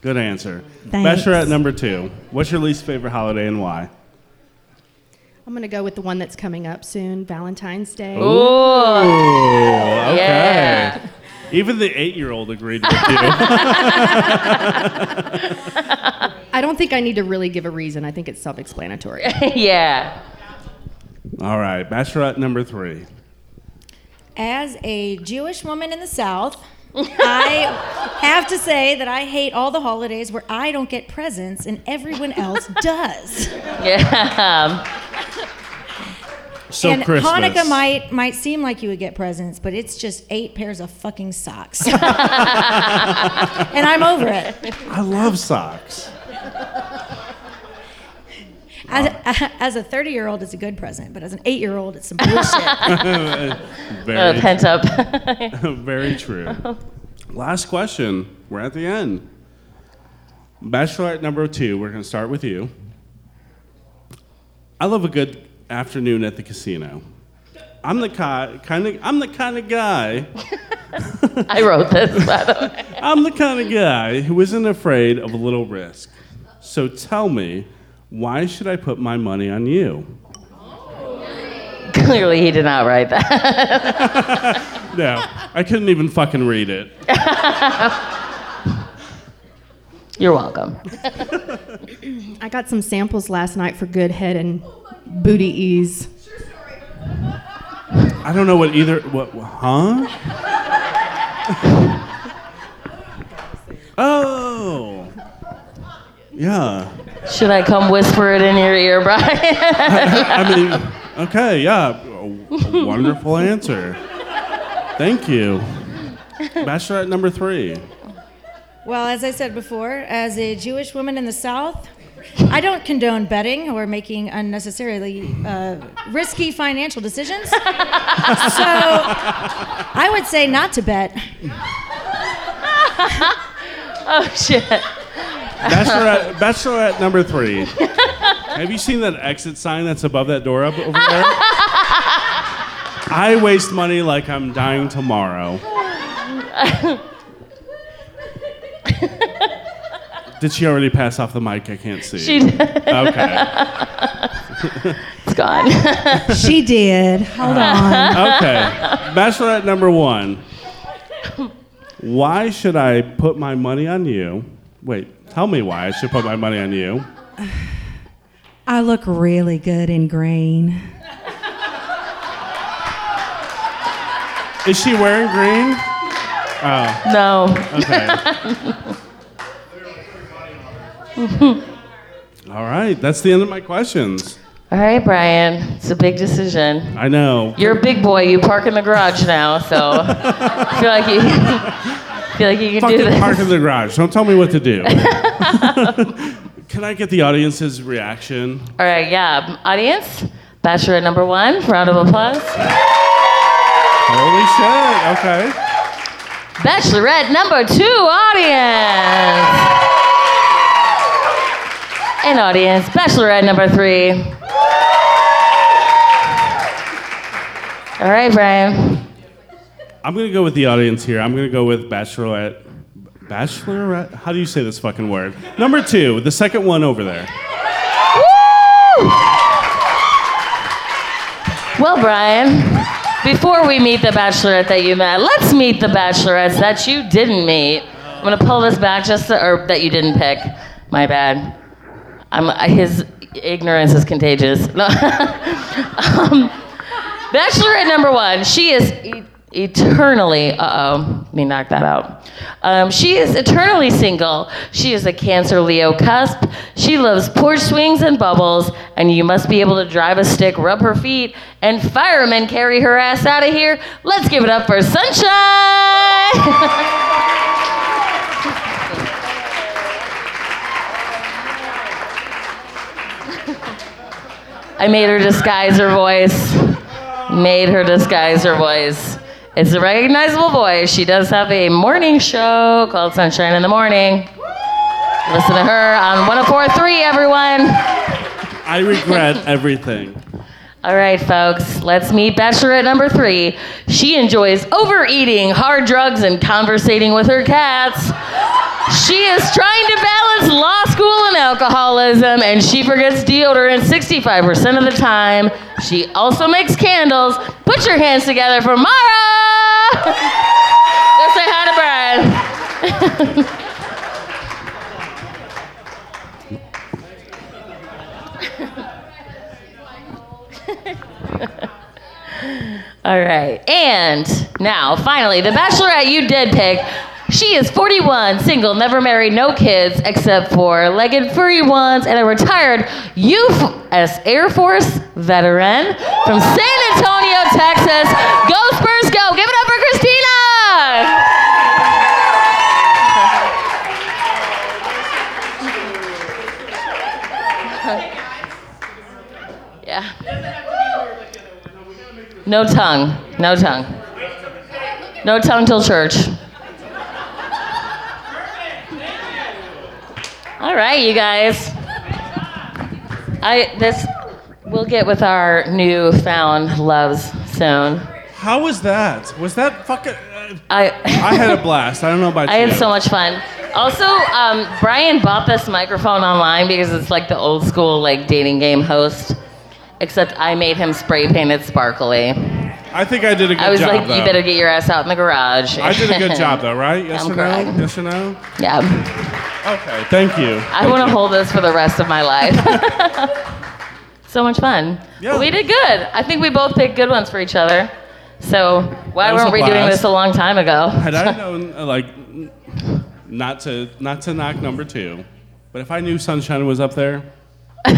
Good answer. Thanks. Bachelorette number two. What's your least favorite holiday and why? I'm going to go with the one that's coming up soon, Valentine's Day. okay. yeah. Even the eight-year-old agreed with you. I don't think I need to really give a reason. I think it's self explanatory. yeah. All right, bachelorette number three. As a Jewish woman in the South, I have to say that I hate all the holidays where I don't get presents and everyone else does. Yeah. So and Christmas. Hanukkah might might seem like you would get presents, but it's just eight pairs of fucking socks. and I'm over [LAUGHS] it. I love socks. As, [LAUGHS] as a 30 year old, it's a good present, but as an eight year old, it's some bullshit. Uh, [LAUGHS] Very, pent up. [LAUGHS] very true. Last question. We're at the end. Bachelorette number two. We're going to start with you. I love a good afternoon at the casino. I'm the ki- kind of I'm the kind of guy [LAUGHS] I wrote this, by the way. [LAUGHS] I'm the kind of guy who isn't afraid of a little risk. So tell me, why should I put my money on you? Clearly, he did not write that. [LAUGHS] No, I couldn't even fucking read it. You're welcome. [CLEARS THROAT] I got some samples last night for good head and booty ease. I don't know what either. What? Huh? oh. Yeah. Should I come whisper it in your ear, Brian? I [LAUGHS] mean, okay, yeah. A wonderful answer. Thank you. Bachelorette number three. well, as I said before, as a Jewish woman in the South, I don't condone betting or making unnecessarily uh, risky financial [LAUGHS] decisions. so I would say not to bet. [LAUGHS] oh shit. Bachelorette, bachelorette number three. Have you seen that exit sign that's above that door up over there? I waste money like I'm dying tomorrow. Did she already pass off the mic? I can't see. She did. okay. [LAUGHS] It's gone. She did. Hold on. Okay. Bachelorette number one. Why should I put my money on you? Wait, tell me why I should put my money on you. I look really good in green. Is she wearing green? Oh. no. Okay. All right, that's the end of my questions. All right, Brian. It's a big decision. I know. You're a big boy. You park in the garage now, so I feel like you feel like you [LAUGHS] can do Fucking this. park in the garage. Don't tell me what to [LAUGHS] do. Can I get the audience's reaction? All right, yeah. Audience, bachelorette number one, round of applause. Holy shit. Okay. Bachelorette number two, audience. And audience, bachelorette number three. All right, Brian. I'm going to go with the audience here. I'm going to go with Bachelorette. Bachelorette? How do you say this fucking word? Number two, the second one over there. Woo! Well, Brian, before we meet the bachelorette that you met, let's meet the bachelorettes that you didn't meet. I'm gonna pull this back just to, or that you didn't pick. My bad. I'm his ignorance is contagious. [LAUGHS] No. um, bachelorette number one, she is e- eternally. Uh oh, let me knock that out. Um, she is eternally single. She is a Cancer Leo cusp. She loves porch swings and bubbles, and you must be able to drive a stick, rub her feet, and firemen carry her ass out of here. Let's give it up for Sunshine. [LAUGHS] I made her disguise her voice. Made her disguise her voice. It's a recognizable voice. She does have a morning show called Sunshine in the Morning. Listen to her on 1043, everyone. I [LAUGHS] regret everything. All right, folks, let's meet Bachelorette number three. She enjoys overeating, hard drugs, and conversating with her cats. She is trying to balance law school and alcoholism, and she forgets deodorant 65% of the time. She also makes candles. Put your hands together for Mara! [LAUGHS] Go say hi to Brian. [LAUGHS] All right. And now, finally, the bachelorette you did pick. She is 41, single, never married, no kids, except for legged furry ones, and a retired U.S. Air Force veteran from San Antonio, Texas. Go Spurs, go! Give it up for Christina! Yeah. No tongue. No tongue. No tongue till church. All right, you guys. I this we'll get with our new found loves soon. How was that? Was that fucking? uh, I I had a blast. I don't know about I you. had so much fun. Also, um, Brian bought this microphone online because it's like the old school like dating game host. Except I made him spray paint it sparkly. I think I did a good I was job. like, though. you better get your ass out in the garage. I did a good job [LAUGHS] though, right? Yes I'm or no? crying. Yes or no? yeah. Okay, thank you. I want to hold this for the rest of my life. [LAUGHS] so much fun. Yeah. But we did good. I think we both picked good ones for each other. So why That was weren't a we doing blast. this a long time ago? Had I known, uh, like, n- not to not to knock number two, but if I knew Sunshine was up there, [LAUGHS] you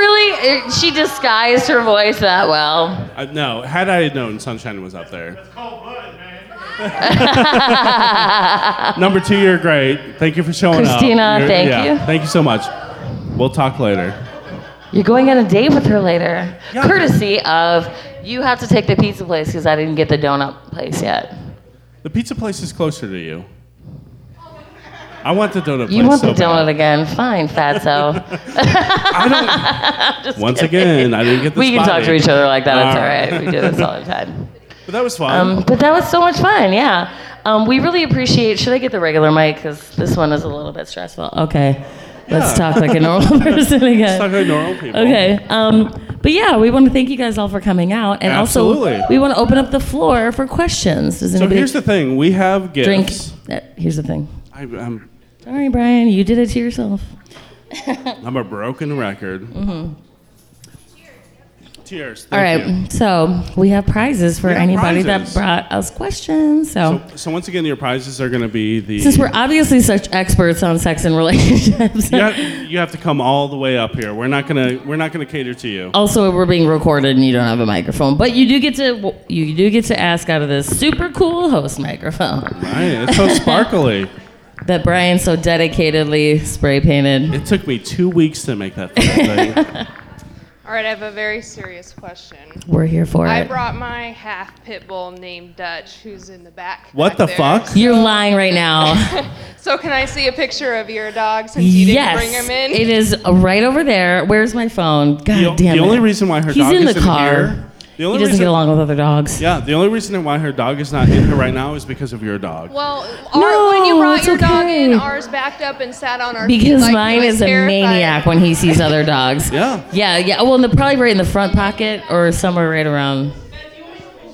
really? eh, She disguised her voice that [LAUGHS] well. I, no. Had I known Sunshine was up there, number two, you're great. Thank you for showing Christina, up, You're- thank you. Thank you so much. We'll talk later. You're going on a date with her later, Yeah. courtesy of you have to take the pizza place because I didn't get the donut place yet. The pizza place is closer to you. I want the donut. You place want so the donut bad. again? [LAUGHS] Fine, fatso. Once again, I didn't get the [LAUGHS] we can talk spotty. to each other like that. It's All all right. right. We do this all the time. But that was fun. Um, but that was so much fun. Yeah. Um, we really appreciate. Should I get the regular mic? Because this one is a little bit stressful. Okay. Let's talk like [LAUGHS] a normal person again. talk like normal [LAUGHS] people. Okay. Um, but yeah, we want to thank you guys all for coming out, and Absolutely. also we want to open up the floor for questions. Does So anybody here's the thing: we have gifts. drink? Uh, Here's the thing. I, I'm, Sorry, Brian, you did it to yourself. I'm a broken record. Mm-hmm. Cheers. Cheers. all right. thank you. So we have prizes for have anybody prizes. that brought us questions. So. So, so once again, your prizes are going to be the. since we're obviously such experts on sex and [LAUGHS] relationships, you have, you have to come all the way up here. We're not gonna. We're not gonna cater to you. also we're being recorded and you don't have a microphone but you do get to you do get to ask out of this super cool host microphone Right, it's [LAUGHS] so sparkly. that brian so dedicatedly spray painted It took me two weeks to make that fucking thing. [LAUGHS] All right, I have a very serious question. we're here for I it brought my half pit bull named Dutch, who's in the back. What back the there. fuck? [LAUGHS] you're lying right now So can I see a picture of your dog since you didn't yes bring him in? it is right over there where's my phone god The, damn the it only reason why her he's dog in is the car Here, the he only doesn't reason, get along with other dogs Yeah, the only reason why her dog is not in here right now is because of your dog. Well, our, when you No, brought it's your dog in, okay. ours backed up and sat on our feet because like he mine was is a terrified. maniac when he sees other [LAUGHS] dogs Yeah. Yeah, yeah. Well, in the, probably right in the front pocket or somewhere right around.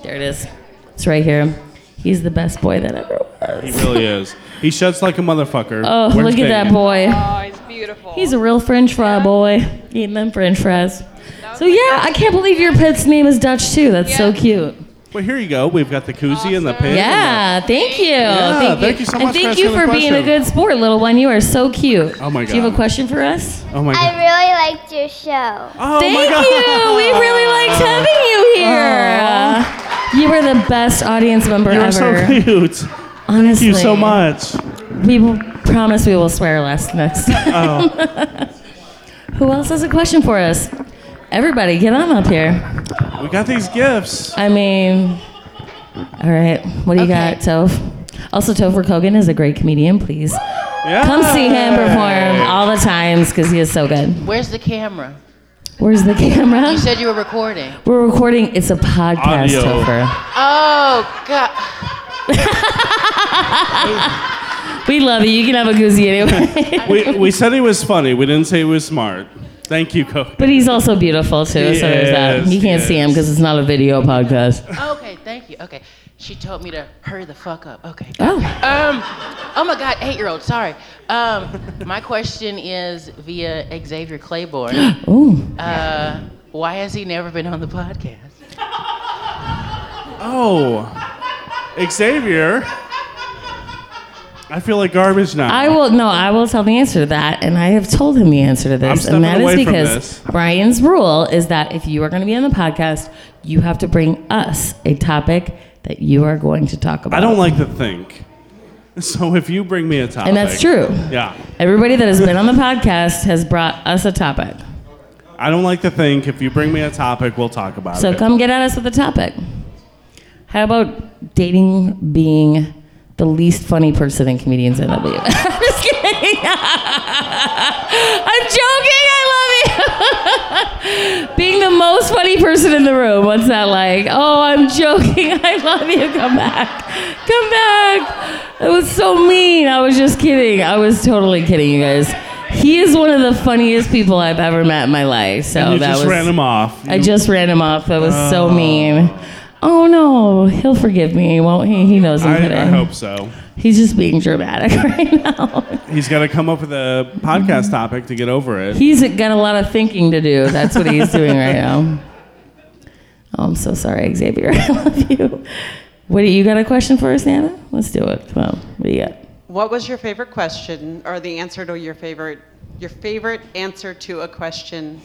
There it is. It's right here. He's the best boy that ever He was. really is. He sheds like a motherfucker. [LAUGHS] Oh, Where's look at that Bing? boy. Oh, he's beautiful. He's a real French fry boy. Eating them French fries. So yeah, I can't believe your pet's name is Dutch too. That's so Yeah. cute. Well, here you go. We've got the koozie and the Awesome. pin. Yeah, thank you. thank you so much for And thank you asking the for being a question. good sport, little one. You are so cute. Oh my Do you have God. a question for us? Oh my [LAUGHS] I god. really liked your show. Oh Thank my god. you. We really liked having you here. You were the best audience member You're so ever. cute. Thank Honestly. you so much. We will promise we will swear less next Oh. time. [LAUGHS] Who else has a question for us? Everybody, get on up here. We got these gifts. I mean, all right. What do you got, Toph? Also, Topher Kogan is a great comedian. Please come see him perform all the times because he is so good. Where's the camera? Where's the camera? You said you were recording. We're recording. It's a podcast, Audio. Topher. Oh God. We love you. You can have a goozy anyway. [LAUGHS] we, we said he was funny. We didn't say he was smart. Thank you, Co. But he's also beautiful too. so there's that. Yes, You can't see him because it's not a video podcast. Okay, thank you. Okay, she told me to hurry the fuck up. Okay. Oh. [LAUGHS] Um. Oh my God, eight-year-old. Sorry. Um. My question is via Xavier Claiborne. [GASPS] Ooh. Uh, why has he never been on the podcast? Oh, Xavier. I feel like garbage now. I will no, I will tell the answer to that, and I have told him the answer to I'm this, stepping and that is away from because this. Brian's rule is that if you are going to be on the podcast, you have to bring us a topic that you are going to talk about. I don't like to think. So if you bring me a topic, And that's true. Yeah, Everybody that has been on the podcast has brought us a topic, I don't like to think. If you bring me a topic, we'll talk about so it. come get at us with a topic. How about dating being the least funny person in comedians NW? I'm just kidding. [LAUGHS] I'm joking. I love you. Being the most funny person in the room. What's that like? Oh, I'm joking. [LAUGHS] I love you. Come back. Come back. That was so mean. I was just kidding. I was totally kidding, you guys. He is one of the funniest people I've ever met in my life. So And you that just was ran him off. I just ran him off. That was so Oh. mean. Oh no, he'll forgive me, won't he? He knows I'm I, kidding. I hope so. He's just being dramatic [LAUGHS] right now. He's got to come up with a podcast topic to get over it. He's got a lot of thinking to do. That's what he's doing right now. [LAUGHS] Oh, I'm so sorry, Xavier. [LAUGHS] I love you. What do you got a question for us, Nana? Let's do it. Come on. What do you got? What was your favorite question, or the answer to your favorite, your favorite answer to a question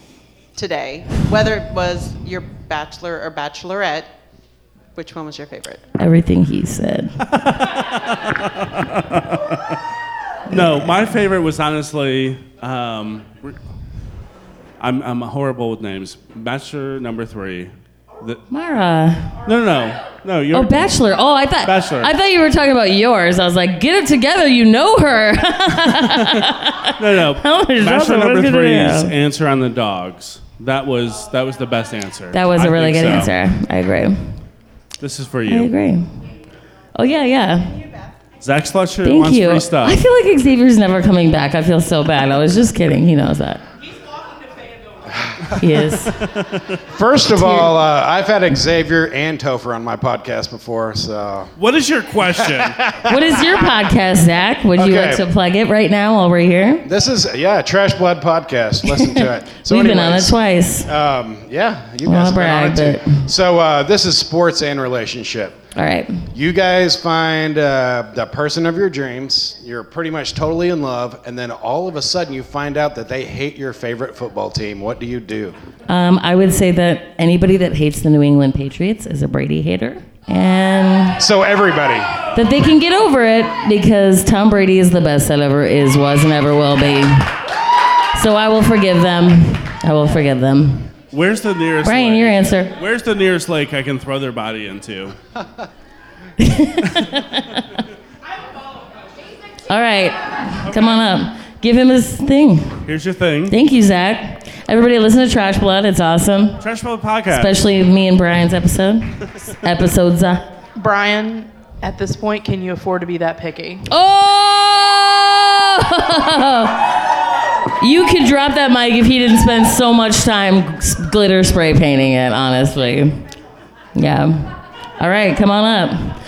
today? Whether it was your bachelor or bachelorette, which one was your favorite? Everything [LAUGHS] he said. [LAUGHS] No, my favorite was honestly. Um, I'm, I'm horrible with names. Bachelor number three. The- Mara. No, no, no. No, you're. Oh, Bachelor. Oh, I thought Bachelor. I thought you were talking about yours. I was like, get it together. You know her. [LAUGHS] No, no. much Bachelor trouble number was it three's in? answer on the dogs. That was that was the best answer. That was a a really good answer. I agree. This is for I you. agree. Oh yeah, yeah. Zach Slusher Thank wants you. free stuff. I feel like Xavier's never coming back. I feel so bad. I was just kidding. He knows that. He is. [LAUGHS] First of all, uh, I've had Xavier and Topher on my podcast before, so. What is your question? [LAUGHS] What is your podcast, Zach? Would you Okay. like to plug it right now while we're here? [LAUGHS] This is yeah, Trash Blood podcast. Listen [LAUGHS] to it. We've been on it twice. Um, yeah, you Well, guys have been brag, on it too. So uh, this is sports and relationship. [LAUGHS] All right. You guys find uh, the person of your dreams. You're pretty much totally in love, and then all of a sudden you find out that they hate your favorite football team. What do you do? Um, I would say that anybody that hates the New England Patriots is a Brady hater, and So everybody. that they can get over it because Tom Brady is the best that ever is, was, and ever will be. So I will forgive them. I will forgive them. Where's the nearest? Brian, lake? your answer. Where's the nearest lake I can throw their body into? All right, come on up. Give him his thing. Here's your thing. Thank you, Zach. Everybody, listen to Trash Blood. It's awesome. Trash Blood podcast. Especially me and [LAUGHS] Brian's episode. Episodes. Uh, Brian, at this point, can you afford to be that picky? Oh! [LAUGHS] You could drop that mic if he didn't spend so much time s- glitter spray painting it, honestly. Yeah. All right, come on up.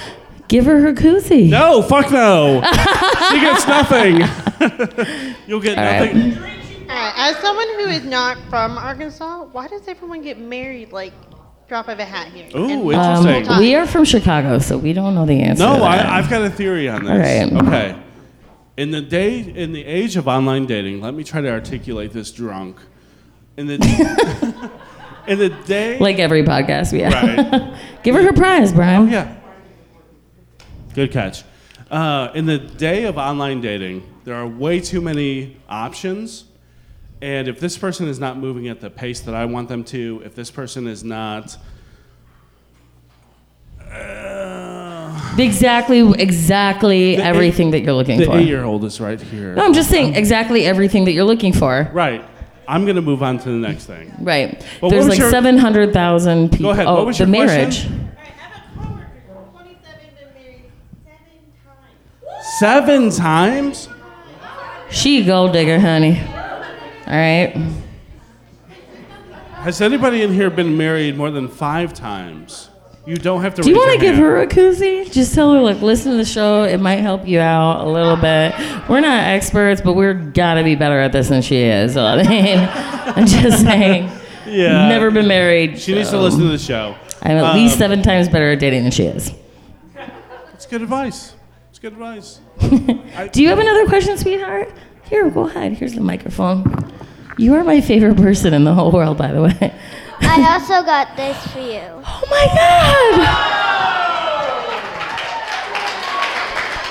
Give her her koozie. No, fuck [LAUGHS] no. she gets nothing. You'll get All right. nothing. Alright, as someone who is not from Arkansas, why does everyone get married like drop of a hat here? Ooh, Um, interesting. we are from Chicago, so we don't know the answer. to No, that. I, I've got a theory on this. All right. Okay. In the day, in the age of online dating, let me try to articulate this drunk. In the [LAUGHS] And the day. Like every podcast we have. Right. [LAUGHS] Give her her prize, Brian. Oh, yeah. Good catch. Uh, in the day of online dating, there are way too many options. And if this person is not moving at the pace that I want them to, if this person is not. Exactly, exactly The eight- everything that you're looking the for. eight year old is right here. No, I'm just saying exactly everything that you're looking for. Right. I'm going to move on to the next thing. Right. But There's what was like your- 700,000 people. Go ahead. Oh, what was the your marriage. Question? Seven times? She a gold digger, honey. All right. Has anybody in here been married more than five times? You don't have to. Do you want to give her a koozie? Just tell her, look, listen to the show. It might help you out a little bit. We're not experts, but we're gotta be better at this than she is. So, [LAUGHS] I mean, I'm just saying. Yeah. Never been married. She needs to so listen to the show. I'm at least Um, seven times better at dating than she is. It's good advice. It's good advice. [LAUGHS] Do you have another question, sweetheart? Here, go ahead. Here's the microphone. You are my favorite person in the whole world, by the way. I also got this for you. Oh my god!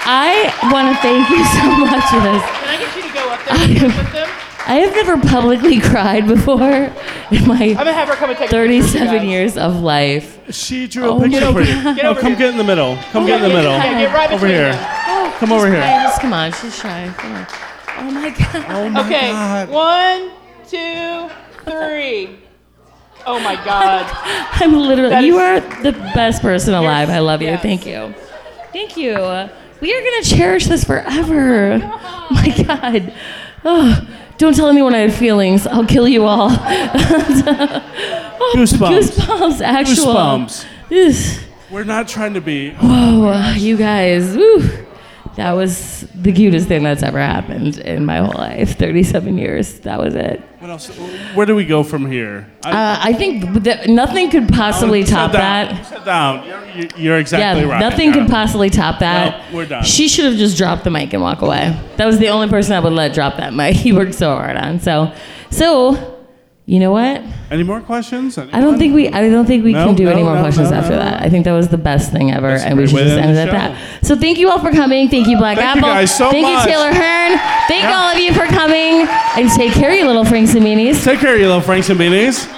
I want to thank you so much for this. Can I get you to go up there and sit with them? I have never publicly cried before in my I'm gonna have her come and take a picture of you 37 guys. years of life. She drew a picture [LAUGHS] for you. No, come get in the middle. Come Oh get in the my middle. God. Yeah, get right over between here. Oh, Come over she's here. crying. Just come on, she's shy. Come on. Oh my god. [LAUGHS] Oh okay, one, two, three. Oh my God. I'm literally. you are the best person alive. I love you. yes. Thank you. [LAUGHS] Thank you. We are gonna cherish [LAUGHS] this forever. my God. Oh, don't tell anyone I had feelings. I'll kill you all. Oh, Goosebumps. Goosebumps. Actual. Goosebumps. Yes. We're not trying to be. Whoa, uh, you guys. Woo. That was the cutest thing that's ever happened in my whole life. 37 years. That was it. What else? Where do we go from here? I- Uh, I think that nothing could possibly Sit top down. that. Sit down. You're, you're exactly yeah, right. nothing Yeah. could possibly top that. No, we're done. She should have just dropped the mic and walk away. That was the only person I would let drop that mic. [LAUGHS] He worked so hard on. So, so, you know what? Any more questions? I don't think we. I don't think we No, can do no, any more no, questions no, after no. that. I think that was the best thing ever, That's a and we great should way to just end end it the at show. that. So thank you all for coming. Thank you, Black Thank you Apple. guys so thank much. you, Taylor Hearn. Thank all of you for coming, and take care, you little Frank Siminis. Take care, you little Frank Sambinis.